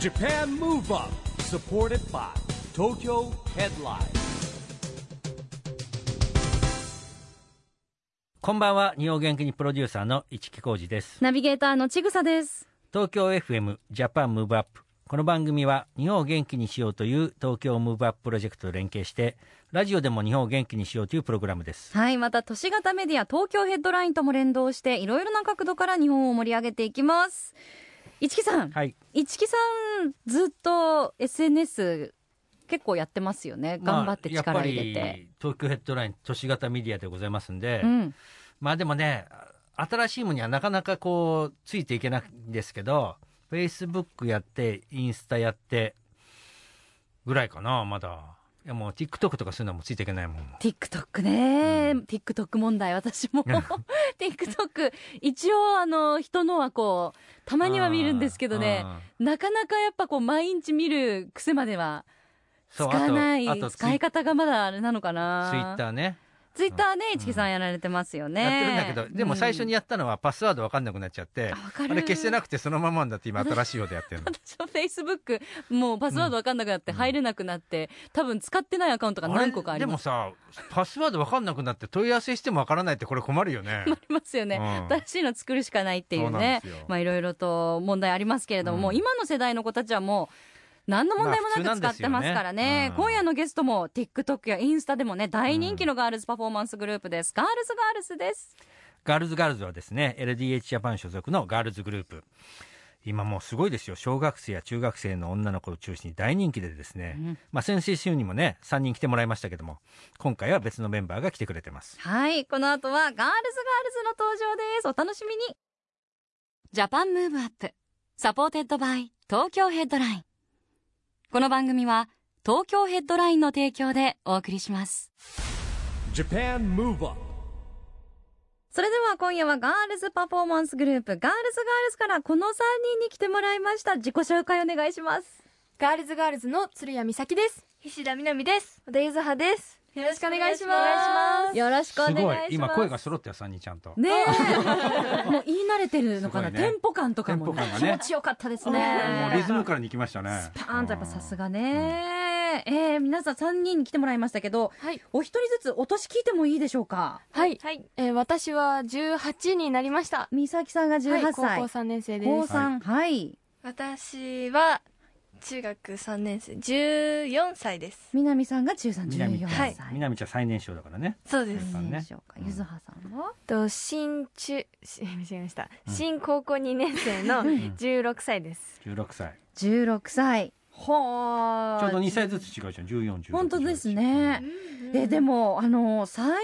Japan Move Up supported by Tokyo Headline こんばんは日本元気にプロデューサーの市木浩司ですナビゲーターのちぐさです。東京 FM ジャパンムーブアップこの番組は日本を元気にしようという東京ムーブアッププロジェクトと連携してラジオでも日本を元気にしようというプログラムですはい、また都市型メディア東京ヘッドラインとも連動して、いろいろな角度から日本を盛り上げていきます。一木さん、はい一木さん、ずっと SNS 結構やってますよね。頑張って力入れまあやっぱて。り東京ヘッドライン都市型メディアでございますんで、うん、まあでもね新しいものにはなかなかこうついていけないんですけどフェイスブックやってインスタやってぐらいかなまだいやもう TikTok とかそういうのはもうついていけないもん TikTok ね、TikTok 問題私も TikTok 一応あの人のはこうたまには見るんですけどねあーなかなかやっぱこう毎日見る癖まではそつうかないあとあとツイ使い方がまだあれなのかなツイッターねツイッターね、市木さんやられてますよね。やってるんだけど、でも最初にややったのはパスワードわかんなくなっちゃって、あわかあるれ消してなくてそのままなんだって今新しいようでや ってるの私はフェイスブックもうパスワードわかんなくなって入れなくなって、多分使ってないアカウントが何個かありれでもます。さパスワードわかんなくなって問い合わせしてもわからないってこれ困るよ ねありますよね、うん新しいの作るしかないっていうそうなんでねすよまあいろいろと問題ありますけれども、うんもう今の世代の子たちはもう何の問題まもあ普通ななんくで使すよってねますからね,、うん今夜のゲストも TikTok やインスタでもね大人気のガールズパフォーマンスグループです、ガールズガールズですガールズガールズはですね LDH ジャパン所属のガールズグループ今もうすごいですよ小学生や中学生の女の子を中心に大人気でですね、うんまあ先々週にもね3人来てもらいましたけども今回は別のメンバーが来てくれてますはい、この後はガールズガールズの登場です。お楽しみに。ジャパンムーブアップ、サポーテッドバイ東京ヘッドライン。この番組は東京ヘッドラインの提供でお送りします。 Japan Move Up それでは今夜はガールズパフォーマンスグループ、ガールズガールズからこの3人に来てもらいました。自己紹介お願いします。ガールズガールズの鶴谷美咲です。菱田みなみです。小田ゆずはです。よろしくお願いします。よろしくお願いしごいます。今声が揃ったよ3人ちゃんと、ねえ、 もう言い慣れてるのかな、すごいねテンポ感とかも、テンポ感が気ね持ちよかったですもね。うリズムからに行きましたねパーンとやっぱさすがね、えー皆さん3人来てもらいましたけどはい。お一人ずつお年聞いてもいいでしょうかはい。えー私は18になりました。美咲さんがはい18歳、高校3年生で高す。三はい、私は中学3年生14歳です南さんが1314は歳、い、南ちゃん最年少だからねそうでいすさんねでしょうかゆずはさんは、えっと新中、し 間違えました。うん新高校2年生の16歳です。 16歳16歳ほーちょうど2歳ずつ違うじゃん14、16本当ですね、えでもあの最年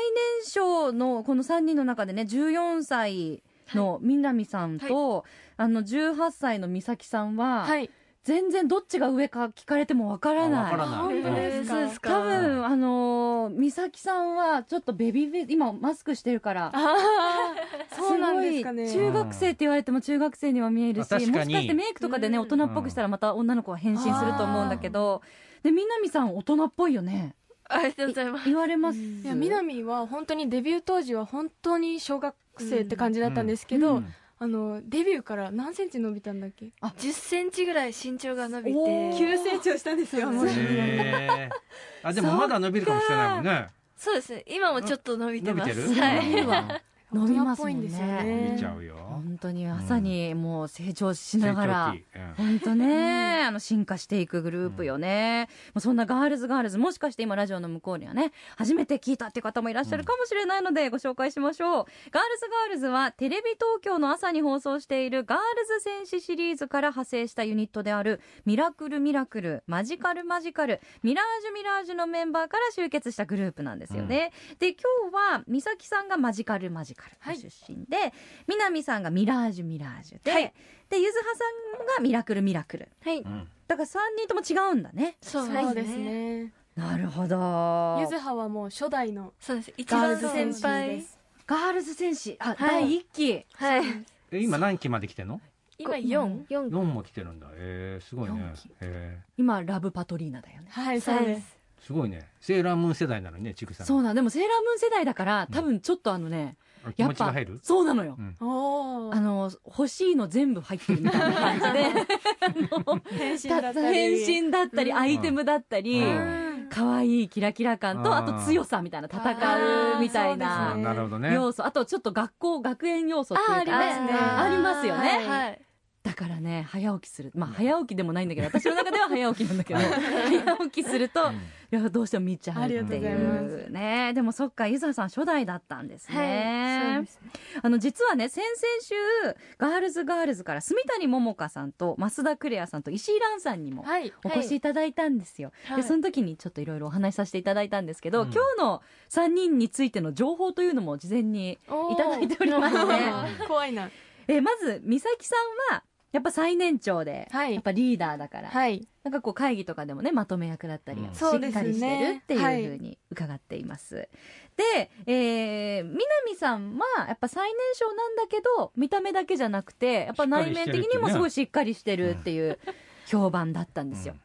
少のこの3人の中でね14歳の南さんと、あの18歳の美咲さんは、はい。全然どっちが上か聞かれてもわからあなわいからない本当ですかそうですか多分あのー美咲さんはちょっとベビーフェイス今マスクしてるからあーそうなんですかね。すごい中学生って言われても中学生には見えるあし確かもにしかしてメイクとかでねうん大人っぽくしたらまた女の子は変身すると思うんだけどで南さん大人っぽいよねありがとうございます言われますいや、みなみは本当にデビュー当時は本当に小学生って感じだったんですけど、うんあの、デビューから何センチ伸びたんだっけ10センチぐらい身長が伸びおーて急成長したんですよ、もへう。ーあでもまだ伸びるかもしれないもんねそうですね今もちょっと伸びて伸びまてる、すはいうん伸びますもんね大人っぽいんですよね。伸びちゃうよ本当にまさにもう成長しながら、成長期本当ね、あの進化していくグループよね、まあそんなガールズガールズもしかして今ラジオの向こうにはね初めて聞いたって方もいらっしゃるかもしれないのでご紹介しましょう、ガールズガールズはテレビ東京の朝に放送しているガールズ戦士シリーズから派生したユニットであるミラクルミラクルマジカルマジカルミラージュミラージュのメンバーから集結したグループなんですよね、で今日は美咲さんがマジカルマジカルご出身で、南さんがミラージュミラージュで、はいでゆずはさんがミラクルミラクルはいうんう。んだから3人とも違うんだねそうそうでですすねね。なるほどゆずははもう初代のそうです一ガー番ルズ戦先士で輩す。ガールズ戦士あ、はい第1期はいえ今何期まで来てんの今四4 4 ?4 も来てるんだえー、すごいね四期え今ラブパトリーナだよねはい、そうです。ー、すごいねセーラームーン世代なのにねちくさんそうなんでもセーラームーン世代だから多分ちょっとあのね、気や持っちがぱ入るそうなのよ、うんおあーの欲しいの全部入ってるみたいな感じで 変身だたったり変身だったりうんアイテムだったり、うん可愛いキラキラ感うんとあと強さみたいな戦うみたいあなーそうですねなるほどね要素あとちょっと学校学園要素っていうかあーねありますねありますよね、はい。だからね早起きするまあ早起きでもないんだけど私の中では早起きなんだけど 早起きすると、うんいやどうしても見ちゃうっていうありがとうございまねでもそっかゆずはさん初代だったんですね、はいそうですねあの実はね先々週ガールズガールズから住谷桃香さんと増田クレアさんと石井蘭さんにもはいお越しいただいたんですよ、はいでその時にちょっといろいろお話しさせていただいたんですけど、うん今日の3人についての情報というのも事前にいただいております ね怖いなえーまず美咲さんはやっぱ最年長で、はいやっぱリーダーだから、はいなんかこう会議とかでもねまとめ役だったりうんしっかりしてるってそうですねはいいうふうに伺っています。で、えー、南さんはやっぱ最年少なんだけど見た目だけじゃなくてやっぱ内面的にもすごいしっかりしてるっていう評判だったんですよ。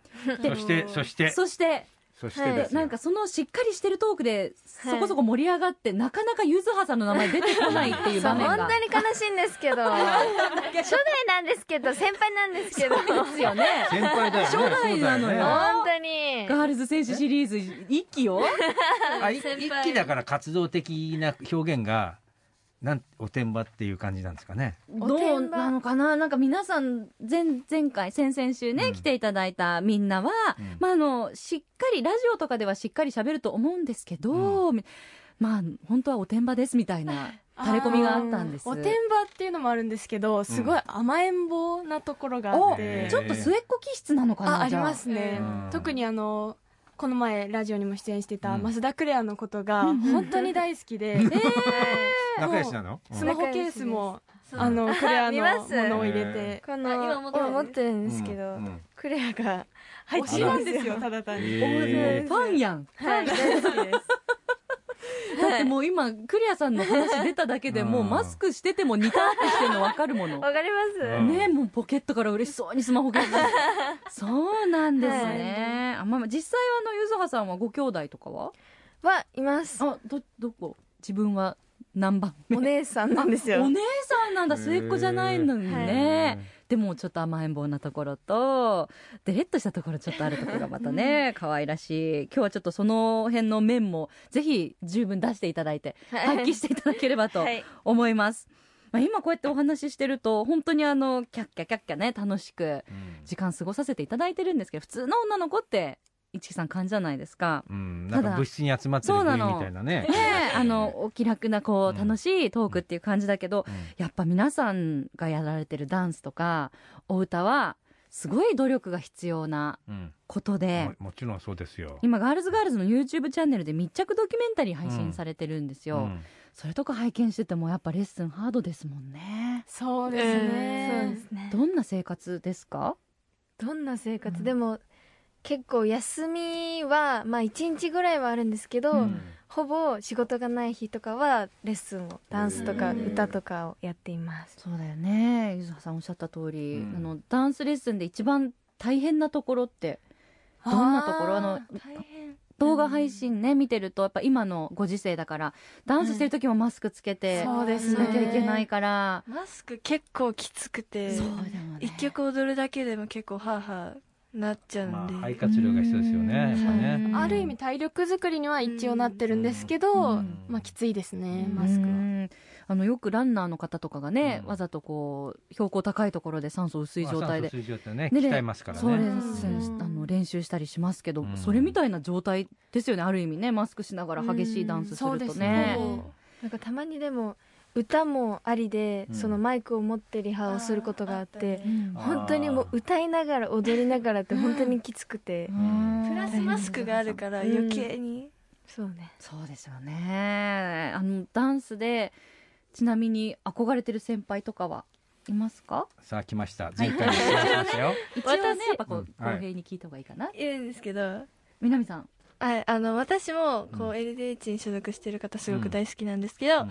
そしてそしてそしてそしてですよなんかそのしっかりしてるトークでそこそこ盛り上がって、なかなかゆずはさんの名前出てこないっていそうう場面本が当に悲しいんですけど 初代なんですけど先輩なんですけどですよね。 先輩だよね初代なのそうよだね本当にガールズ選手シリーズ一期よ。あい一期だから活動的な表現がなんおてんばっていう感じなんですかね。どうなのかななんか皆さん前前回先々週ね、うん来ていただいたみんなは、うんまああのしっかりラジオとかではしっかり喋ると思うんですけど、みまあ本当はおてんばですみたいな垂れ込みがあったんです。おてんばっていうのもあるんですけどすごい甘えん坊なところがあっおてちょっと末っ子気質なのかなあありじゃますねうん特にあのこの前ラジオにも出演してたうん増田クレアのことがうんうん本当に大好きで仲良しなの？うんスマホケースもあのクレアの見もますのを入れてこあ今の持ってます今持ってるんですけうどんうんクレアが入っ推てしるなんんですですよただ単にえファンやん。はい大好きですだってもう今クレアさんの話出ただけでもううんマスクしてても似たってしてるのわかるもの。わかりーまうんねえもうポケットから嬉しそうにスマホゲ ームそうなんですね、あまあまあ実際あのゆずはさんはご兄弟とかはすはいますあどどこ自分は何番目お姉さんなんですよお姉さんなんだ末っ子じゃないのにね、でもちょっと甘えん坊なところとデレッとしたところちょっとあるところがまたね可愛らしい今日はちょっとその辺の面もぜひ十分出していただいて発揮していただければとはい思います、まあ、今こうやってお話ししてると本当にあのキャッキャキャッキャね楽しくうん時間過ごさせていただいてるんですけど普通の女の子って一木さん感じじゃないですか。うん、なんかただ物質に集まってるそうな部員のみたいなね。ねえあのお気楽なこううん楽しいトークっていう感じだけど、やっぱ皆さんがやられてるダンスとかお歌はすごい努力が必要なうん、うんことでももちろんそうですよ。今ガールズガールズの YouTube チャンネルで密着ドキュメンタリー配信されてるんですよ、うんそれとか拝見しててもやっぱレッスンハードですもんねそううんですそうねですねどんな生活ですかどんな生活、でも結構休みはまあ1日ぐらいはあるんですけど、うんほぼ仕事がない日とかはレッスンをダンスとかうん歌とかをやっています、そうだよねゆずはさんおっしゃった通うり、んあのダンスレッスンで一番大変なところってどんなところあの大変動画配信ね、見てるとやっぱ今のご時世だからダンスしてる時もマスクつけてしそうですなねきゃいけないから、マスク結構きつくてそうだよね一曲踊るだけでも結構ハーハーなっちゃうまんで、あ、肺活量が必要ですよね。やっぱね。ある意味体力作りには一応なってるんですけうどんまあきついですねうんマスうクはんあのよくランナーの方とかがね、うんわざとこう標高高いところで酸素薄い状態でまあ酸素。水状態ね、ねで鍛えますからそうレね。ッスンうんあの練習したりしますけど、うんそれみたいな状態ですよねある意味ねマスクしながら激しいダンスするうんとそうですねね。なんかたまにでも歌もありで、うんそのマイクを持ってリハをすることがあってうんあー本当にもう歌いながら踊りながら って本当にきつくて、んプラスマスクがあるから余計に、そうねそうですよねあのダンスでちなみに憧れてる先輩とかはいますかさあ、来ました。前回も来ましたよ。一応ねやっぱこううん公平に聞いた方がいいかな、言うんですけど南さんはい、あの私もうこうん LDH に所属してる方すごく大好きなんですけど、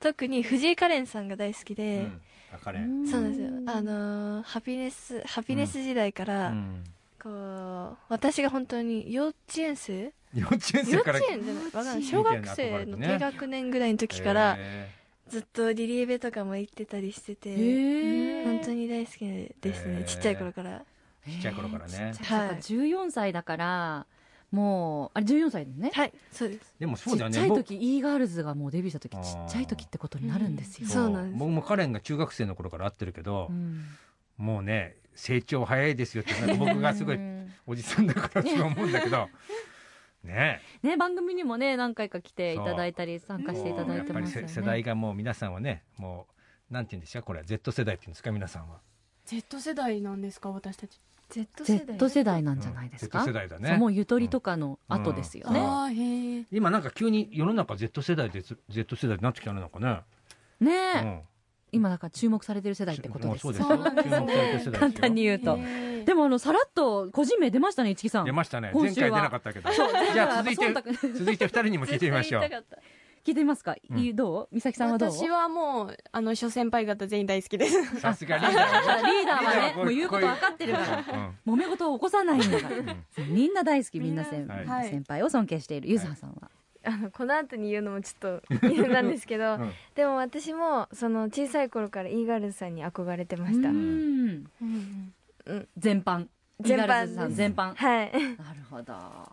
特に藤井カレンさんが大好きうで、ん。あかれ。うんそうなんですよあのーハピネスハピネス時代から、こう私が本当に幼稚園生幼稚園幼生か稚ら。園じゃないわかんない小学生の低学年ぐらいの時からへずっとリリーベとかも行ってたりしてて、え本当に大好きですへね、ーちっちゃい頃からちっちゃい頃からねそっか14歳だからもうあれ14歳だよねはいそうですでもそちうっだよねちゃい僕時 e ガールズがもうデビューした時ちあっーちゃい時ってことになるんですよ、そうなんです僕もカレンが中学生の頃から会ってるけど、もうね成長早いですよって なんか僕がすごいうんおじさんだからそう思うんだけ どねね番組にもね何回か来ていただいたり参加していただやいてますよっぱり世ね世代がもう皆さんはねもうなんて言うんでしょうこれは Z 世代っていうんですか皆さんは Z 世代なんですか私たち Z 世代 Z 世代なんじゃないですか、うん Z 世代だそうねもうゆとりとかの後ですよね、ああへえ今なんか急に世の中 Z 世代で Z 世代になってきたねなんかね、ねうえ、ん、今だから注目されてる世代ってことですもうそうですそうなんですね注目されてる世代ですよ簡単に言うとでもあのさらっと個人名出ましたね一木さん出ましたね今前回週出はなかったけどじゃあ続いてやっぱ忖度続いて二人にも聞いてみましょ う聞いてみますか、うんいいどう美咲さんはどう私はもうあの諸先輩方全員大好きですさすがリーダーあだねリーダーはねもうリ言うーダーはここと分かってるから揉め事を起こさないんだからみんな大好きみんな先はいはい先輩を尊敬しているゆずはさんはあのこの後に言うのもちょっと言うんですけうど、んでも私もその小さい頃からイーガールズさんに憧れてました、うんうん全般全般イガラズさん全般はいなるほど。や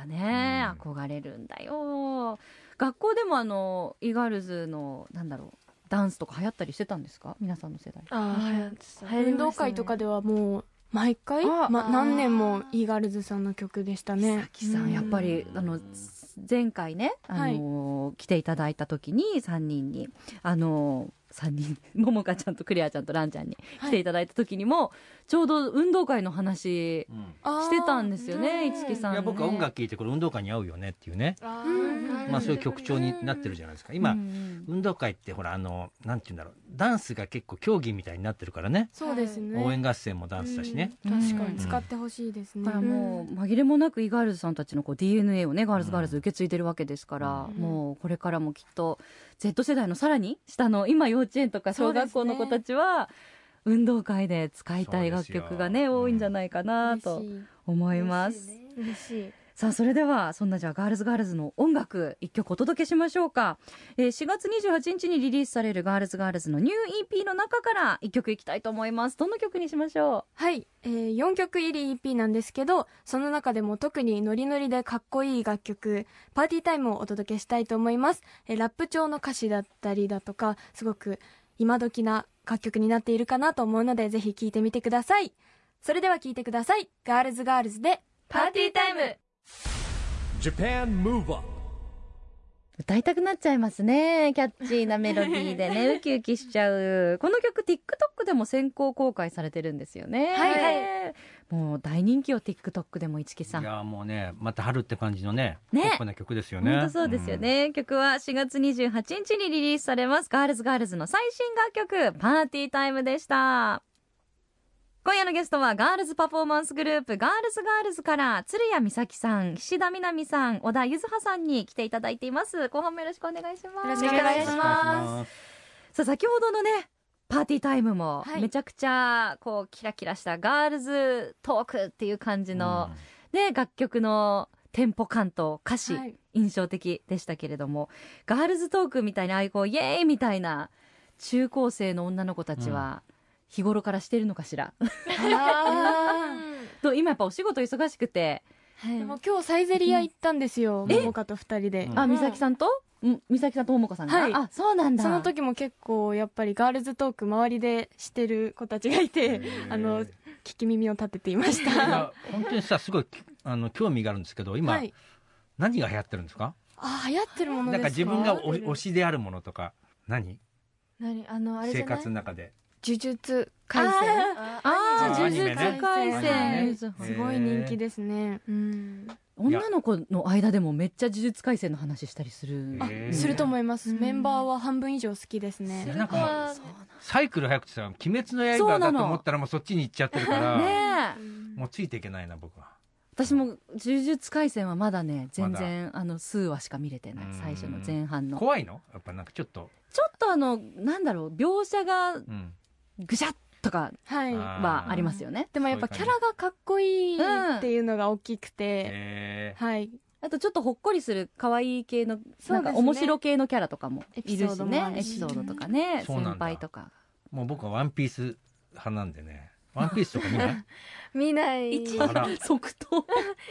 っぱね、憧れるんだよ。学校でもあの、イガールズの、なんだろう、ダンスとか流行ったりしてたんですか皆さんの世代。ああ、流行ってた運動会とかではもう毎回、あま、何年もイーガールズさんの曲でしたねさきさん、やっぱり、あの、前回ね、あの、来ていただいた時に、3人に、あの、三人、 ももかちゃんとクリアちゃんとランちゃんに来ていただいた時にも、ちょうど運動会の話してたんですよね、いつきさん、いね。や僕は音楽聴いてこれ運動会に合うよねっていうね、まあ、そういう曲調になってるじゃないですか今、うん運動会ってほらあのなんて言うんだろうダンスが結構競技みたいになってるからねそうですね、応援合戦もダンスだしね、うん確かうんに使ってほしいですねだからもう紛れもなくイガールズさんたちのこう DNA をねガールズガールズ受け継いでるわけですから、うんもうこれからもきっと Z 世代のさらに下の今幼稚園とか小学校の子たちは、運動会で使いたい楽曲がそうですねよ多いんじゃないかなと嬉しい思います、嬉しいさあそれではそんなじゃあガールズガールズの音楽一曲お届けしましょうか、えー4月28日にリリースされるガールズガールズのニュー EP の中から一曲いきたいと思いますどの曲にしましょはい、えー、4曲入り EP なんですけどその中でも特にノリノリでかっこいい楽曲「パーティータイム」をお届けしたいと思います、えーラップ調の歌詞だったりだとかすごく今時な楽曲になっているかなと思うのでぜひ聴いてみてくださいそれでは聴いてくださいガールズガールズでパーティータイム Japan Move Up う歌いたくなっちゃいますねキャッチーなメロディーで ねウキウキしちゃうこの曲 TikTok でも先行公開されてるんですよねはいもう大人気を TikTok でもいちきさんいやもうねまた春って感じのねねポップな曲ですよね本当そうですよ、ね、曲は4月28日にリリースされますガールズガールズの最新楽曲「パーティータイム」でした今夜のゲストはガールズパフォーマンスグループガールズガールズから鶴谷美咲さん岸田みなみさん小田ゆずはさんに来ていただいています後半もよろしくお願いしますよろしくお願いしうんまさすあ先ほどのねパーティータイムも、はいめちゃくちゃこうキラキラしたガールズトークっていう感じの、ね楽曲のテンポ感と歌詞、はい印象的でしたけれどもガールズトークみたいなああいうこうイエーイみたいな中高生の女の子たちは日頃からしてるのかしら、 と今やっぱお仕事忙しくてでも今日サイゼリア行ったんですよ桃香と二人で、うんあ美咲さんとん美咲さんと桃子さんが、はいあそうなんだその時も結構やっぱりガールズトーク周りでしてる子たちがいてあの聞き耳を立てていましいたや本当にさすごいきあの興味があるんですけど今、はい何が流行ってるんですかあ流行ってるものでなすんかか自分がお推しであるものとか何何あのあれじ生ゃない活の中で呪術廻戦あああーー呪術廻アニメね戦すごい人気ですね、うん女の子の間でもめっちゃ呪術廻戦の話したりするへーすると思います、メンバーは半分以上好きですね、なんかもうサイクル早くてさ「鬼滅のそう刃」なだのと思ったらもうそっちに行っちゃってるから、ねえもうついていけないな僕は私も呪術廻戦はまだね全然あの数話しか見れてないうん最初の前半の怖いのやっぱなんかちょっと、ちょっとあのなんだろう描写がうんぐしゃっとかはいはありますよね。でもやっぱキャラがかっこいいっていうのが大きくて、えはいあとちょっとほっこりする可愛い系の、そなうんですねか面白系のキャラとかもいるエピソーしドもあね。るエしピソードとかね、そうな先んだ輩とか。もう僕はワンピース派なんでね。ワンピースとか見ない、見ない一 あら 即答。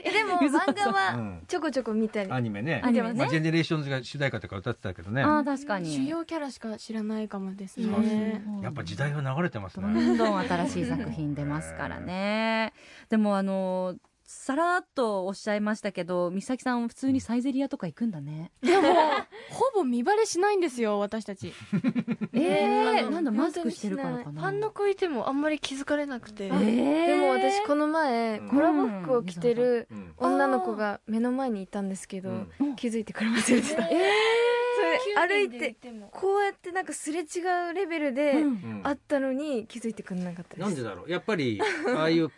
えでもゆずさん漫画うはん、ちょこちょこ見たりアニメね。アニメねまあ、ジェネレーションズが主題歌とか歌ってたけどね。ああ、確か主に。要キャラしか知らないかもですそうですねね。やっぱ時代は流れてますどね。んどん新しい作品出ますからね。でもあの、さらっとおっしゃいましたけど、美咲さん普通にサイゼリアとか行くんだね。でも、ほぼ見バレしないんですよ、私 たち。えあえのなんだ、マスクしてるからか本当にしな。いファンの子いてもあんまり気づかれなくて、ええでも私この前うんコラボ服を着てるうん女の子が目の前にいたんですけど、うん気づいてくれませんでした、えそれ歩いてこうやってなんかすれ違うレベルでうんうんあったのに気づいてくれなかったですなんでだろうやっぱ り、ああいう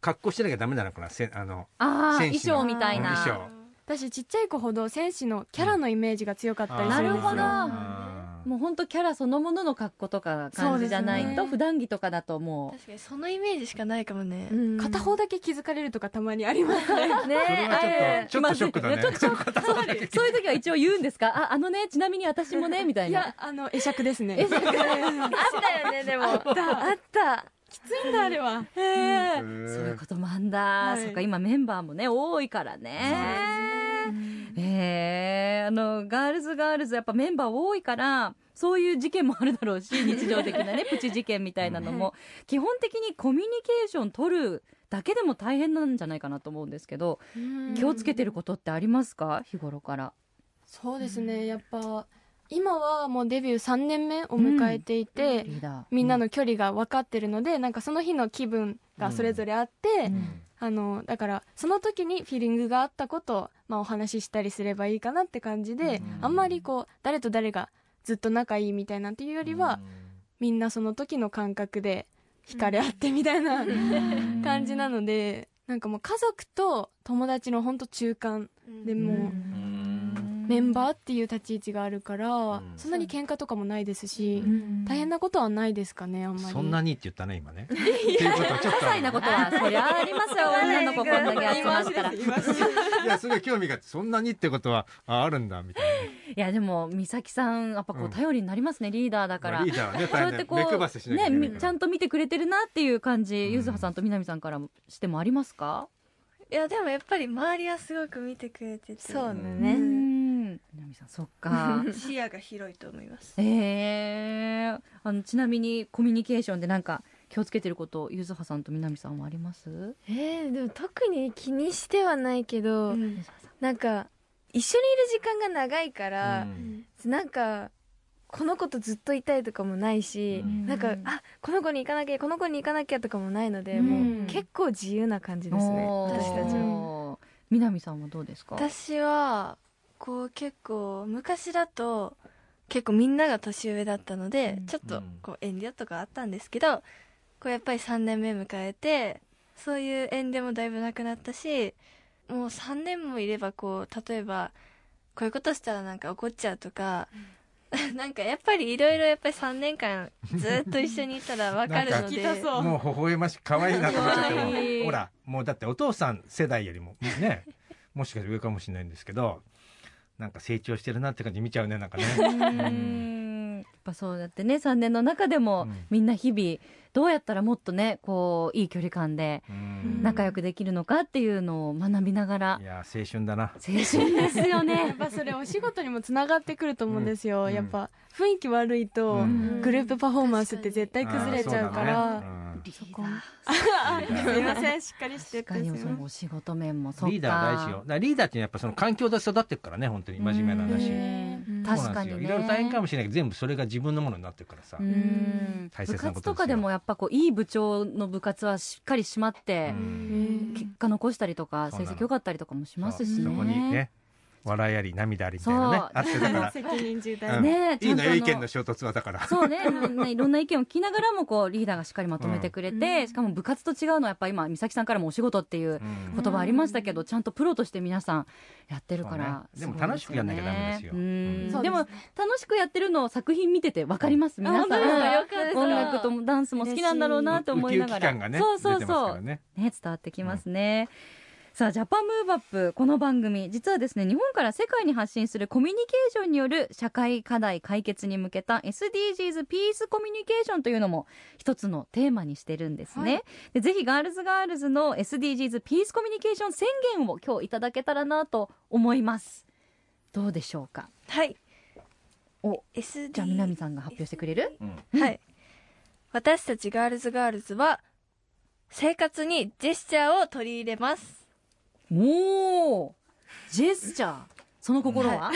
格好してなきゃダメなのかなせあの、ああ、戦衣士の装みたいな。衣装。私、ちっちゃい子ほど戦士のキャラのイメージが強かったりするんですなよるほどあーもう本当キャラそのものの格好とかが感じじゃなそういですと、ね普段着とかだとも確かにそのイメージしかないかもね、うん片方だけ気づかれるとかたまにありますね。う。そねれはちょっとちょっとショックだねちょっとショックそうそういう時は一応言うんですかあ、あのね、ちなみに私もね、みたいいなや。、あの、会釈ですね。え、そう あったよねでもあったあったなんだあれは。へーそういうこともあんだ。はいそっか、今メンバーもね、多いからね。えー、あの、ガールズガールズ、やっぱメンバー多いから、そういう事件もあるだろ うし、日常的なね、プチ事件みたいなのも、基本的にコミュニケーション取るだけでも大変なんじゃないかなと思うんですけど、気をつけてることってありますか日頃から。そうですね、やっぱ、今はもうデビュー3年目を迎えていて、リーダー。みんなの距離が分かってるので、なんかその日の気分がそれぞれあって、うんあの、だから、その時にフィーリングがあったことを、まあお話ししたりすればいいかなって感じで、うんあんまりこう、誰と誰がずっと仲いいみたいなっていうよりは、みんなその時の感覚で惹かれ合ってみたいなうん感じなので、なんかもう家族と友達のほんと中間でもう、うんメンバーっていう立ち位置があるから、んそんなに喧嘩とかもないですし、ん大変なことはないですかねあんまりそんなにって言ったね今 ね。っていうことはちょっ些細なことは、そりゃあり ますよ、女の子こんだけ集まったら。いといやすごい興味があってそんなにってことはああるんだみたいや、でも、美咲さん、やっぱこううん頼りになりますね、リーダーだな。かまらあリ。ーダーはねそうや大っ変てだこ目配せしう、なきゃいけなね、いみから。ちゃんと見てくれてるなっていう感じ、んゆずはさんとみなみさんからもしてもありますかいやでもやっぱり周りはすごく見てくれててそうだうねん。みなみさん、そっ か。視野が広いと思いますえー、あのちなみにコミュニケーションでなんか気をつけてることゆずはさんとみなみさんはありますえー、でも特に気にしてはないけど、ゆずはさんなんか一緒にいる時間が長い Uh, から、Mm. なんかこの子とずっといたいとかもないし、うんなんかあこの子に行かなきゃこの子に行かなきゃとかもないので、うんもう結構自由な感じですねおー私たちは。みなみさんはどうですか私はこう結構昔だと結構みんなが年上だったので、うんちょっうとんこう遠慮とかあったんですけどこうやっぱり3年目迎えてそういう遠慮もだいぶなくなったしもう3年もいればこう例えばこういうことしたらなんか怒っちゃうとか、 なんかやっぱりいろいろやっぱり3年間ずっと一緒にいたら分かるのでそうもう微笑ましい可愛いなと思っちゃっても可愛いうほらもうだってお父さん世代よりも ねもしかして上かもしれないんですけどなんか成長してるなって感じ見ちゃうねなんかね。 うんやっぱそうやってね3年の中でもうんみんな日々どうやったらもっとねこういい距離感でうん仲良くできるのかっていうのを学びながらいや青春だな。青春ですよ やねっぱそれお仕事にもつながってくると思うんですよ、うんやっぱ雰囲気悪いと、うんグループパフォーマンスって絶対崩れちゃうからあそこーそうだねうんすいませんしっかりして確ってかにそのお仕事面もそっかリーダー大事よ。だからリーダーっていうのはやっぱその環境で育ってるからね、本当に真面目な話。うんそう確なかんですによいねろいろ大変かもしれないけど、全部それが自分のものになってるからさ。うん大切部なことですよ活とかでもやっぱこういい部長の部活はしっかり締まっうて、ん結果残したりとかそう成なの績良かったりとかもしますしそね。こにね、笑いあり、涙ありみたいなねそう。あって だから。責任重う大んねえいいのよ、意ちゃんとあの見の衝突はだから。そうねねいろんな 意見を聞きながらもこうリーダーがしっかりまとめてくれて、しかも部活と違うのはやっぱ今美咲さんからもお仕事っていううん言葉ありましたけど、ちゃんとプロとして皆さんやってるから、そうねでも楽しくやんなきゃダメですよううんんそうでですもね楽しくやってるのを作品見ててわかります皆さん音楽ともダンスも好きなんだろうなと思いながらウキウキ感がね、そうそう出てますかそらうね。ね伝わってきますね、さあジャパンムーブアップこの番組実はですね日本から世界に発信するコミュニケーションによる社会課題解決に向けた SDGs ピースコミュニケーションというのも一つのテーマにしてるんですね、でぜひガールズガールズの SDGs ピースコミュニケーション宣言を今日いただけたらなと思いますどうでしょうかはいお SD じゃあ南さんが発表してくれるはい私たちガールズガールズは生活にジェスチャーを取り入れますおおジェスチャーその心は、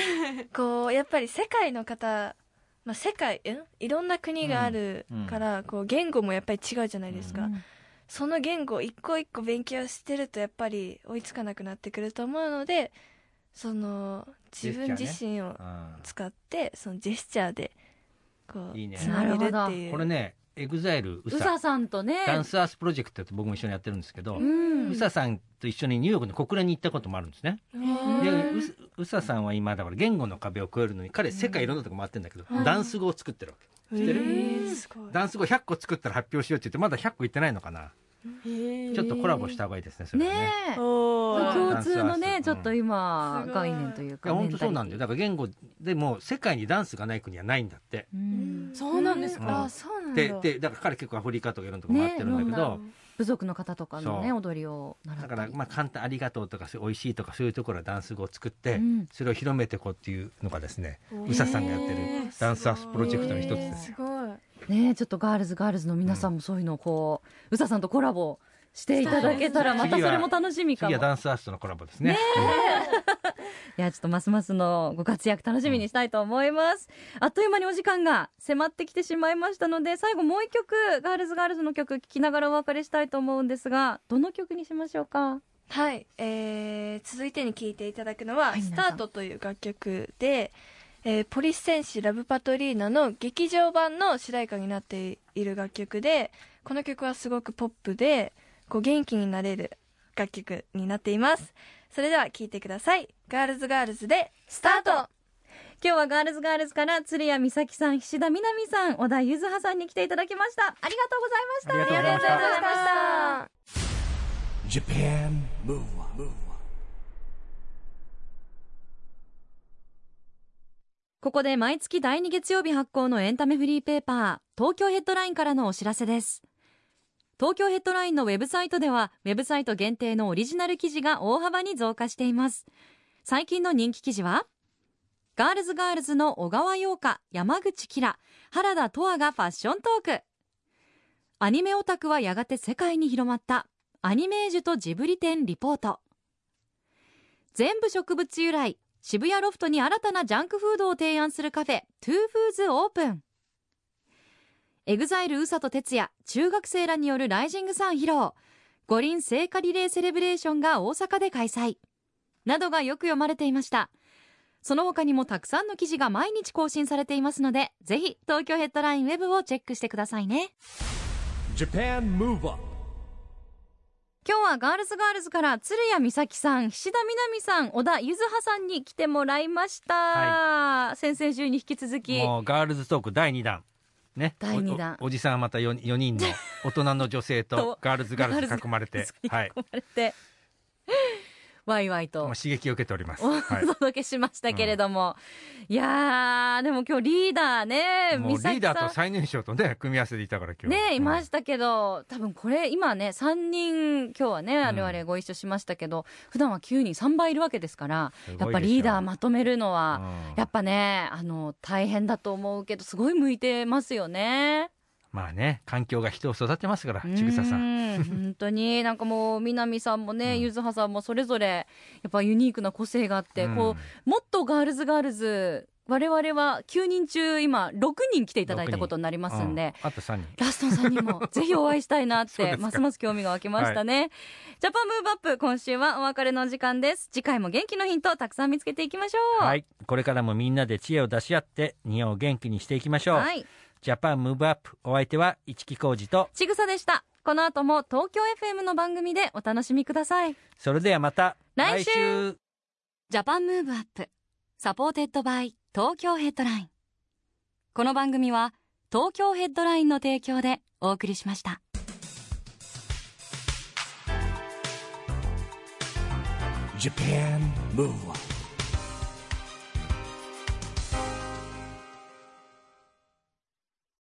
こうやっぱり世界の方、まあ、世界んいろんな国があるから、こう言語もやっぱり違うじゃないですか、うんその言語を一個一個勉強してるとやっぱり追いつかなくなってくると思うのでその自分ジェス自身をうん使ってそのジェスチャーでこういいねつなげるっていうこれね、エグザイル、ウうサさ、さんとねダンスアースプロジェクトって僕も一緒にやってるんですけどう、んうささんと一緒にニューヨークの国連に行ったこともあるんですね。で、うすうささんは今、だから言語の壁を越えるのに、彼、世界いろんなとこ回ってるんだけど、ダンス語を作ってるわけ。えーすごいダンス語100個作ったら発表しようって言って、まだ100個いってないのかな。ちょっとコラボした方がいいですね、それはねね。えおー共通のダねンちスょはっと今うん概念といういかや、本当そうなんだメよ。ンだから言語でもう世界にダンスがない国はないんだって。タリティうんそうなんですうんか。あそうなんだ。で、で、だから彼結構アフリカとかいろんなとこ回ってるんだけねど、部族の方とかのねそ踊りを習だっかたらりまあ簡単ありがとうとかそういう美味しいとかそういうところはダンス語を作って、うんそれを広めていこうっていうのがですね、おーうささんがやってるへーダンスアッププロジェクトの一つへでーす。すごい。ねちょっとガールズガールズの皆さんもそういうのをこううささんとコラボしていただけたらまたそれも楽しみかも次はダンスアースとのコラボですね。いや、ちょっとますますのご活躍楽しみにしたいと思います。あっという間にお時間が迫ってきてしまいましたので、最後もう一曲、ガールズガールズの曲聴きながらお別れしたいと思うんですが、どの曲にしましょうかはい、えー続いてに聴いていただくのは「はいス皆タさんート」という楽曲で、えーポリス戦士ラブパトリーナの劇場版の主題歌になっている楽曲でこの曲はすごくポップでこう元気になれる楽曲になっていますそれでは聴いてくださいガールズガールズでスタート今日はガールズガールズから鶴谷美咲さん、菱田みなみさん、小田ゆずはさんに来ていただきました。ありがとうございました。ありがとうございましたありがとうございました。 Japan Move Up, Move Up. ここで毎月第2月曜日発行のエンタメフリーペーパー、東京ヘッドラインからのお知らせです。東京ヘッドラインのウェブサイトでは、ウェブサイト限定のオリジナル記事が大幅に増加しています。最近の人気記事は、ガールズガールズの小川陽香、山口キラ、原田斗亜がファッショントーク。アニメオタクはやがて世界に広まった、アニメージュとジブリ展リポート。全部植物由来渋谷ロフトに新たなジャンクフードを提案するカフェトゥーフーズオープンエグザイル宇佐と哲也中学生らによるライジングサン披露五輪聖火リレーセレブレーションが大阪で開催などがよく読まれていましたその他にもたくさんの記事が毎日更新されていますのでぜひ東京ヘッドラインウェブをチェックしてくださいね Japan Move Up, 今日はガールズガールズから鶴谷美咲さん、菱田みなみさん、小田ゆずはさんに来てもらいました。先々週に引き続き。もうガールズトーク第2弾。ね、第二弾おおおじさんはまた 4, 四人の大人の女性 ととガールズガールズに囲まれ て、はい、囲まれて、わいわいともう刺激を受けております。おはい、届けしましたけれども、いやーでも今日リーダーねもう美リー咲ダーさと最年少とね組み合わせていたからん今日。ねいましうんたけど、多分これ今ね3人今日はねん我々ご一緒しましたけど、普段は9人3倍いるわけですからすごいでしやょっぱリーダーまとめるのは。うんやっぱね、あの、大変だと思うけど、すごい向いてますよね。まあね環境が人を育てますからちぐささん。うーん。本 当に、なんかもう、南さんもね、うんゆずはさんもそれぞれ、やっぱユニークな個性があって、うんこう、もっとガールズガールズ、我々は9人中、今、6人来ていただいたことになりますんで、うんあと3人。ラストさんに もぜひお会いしたいなっそうでて、すかますます興味が湧きましたね。ジャパンムーブアップ、今週はお別れのお時間です。次回も元気のヒント、たくさん見つけていきましょう。はい。これからもみんなで知恵を出し合って、日本を元気にしていきましょう。はい。ジャパンムーブアップ、お相手は市木浩二と、ちぐさでした。この後も東京 FM の番組でお楽しみください。それではまた、来週ジャパンムーブアップ。サポーテッドバイ東京ヘッドライン。この番組は東京ヘッドラインの提供でお送りしました。 Japan Move Up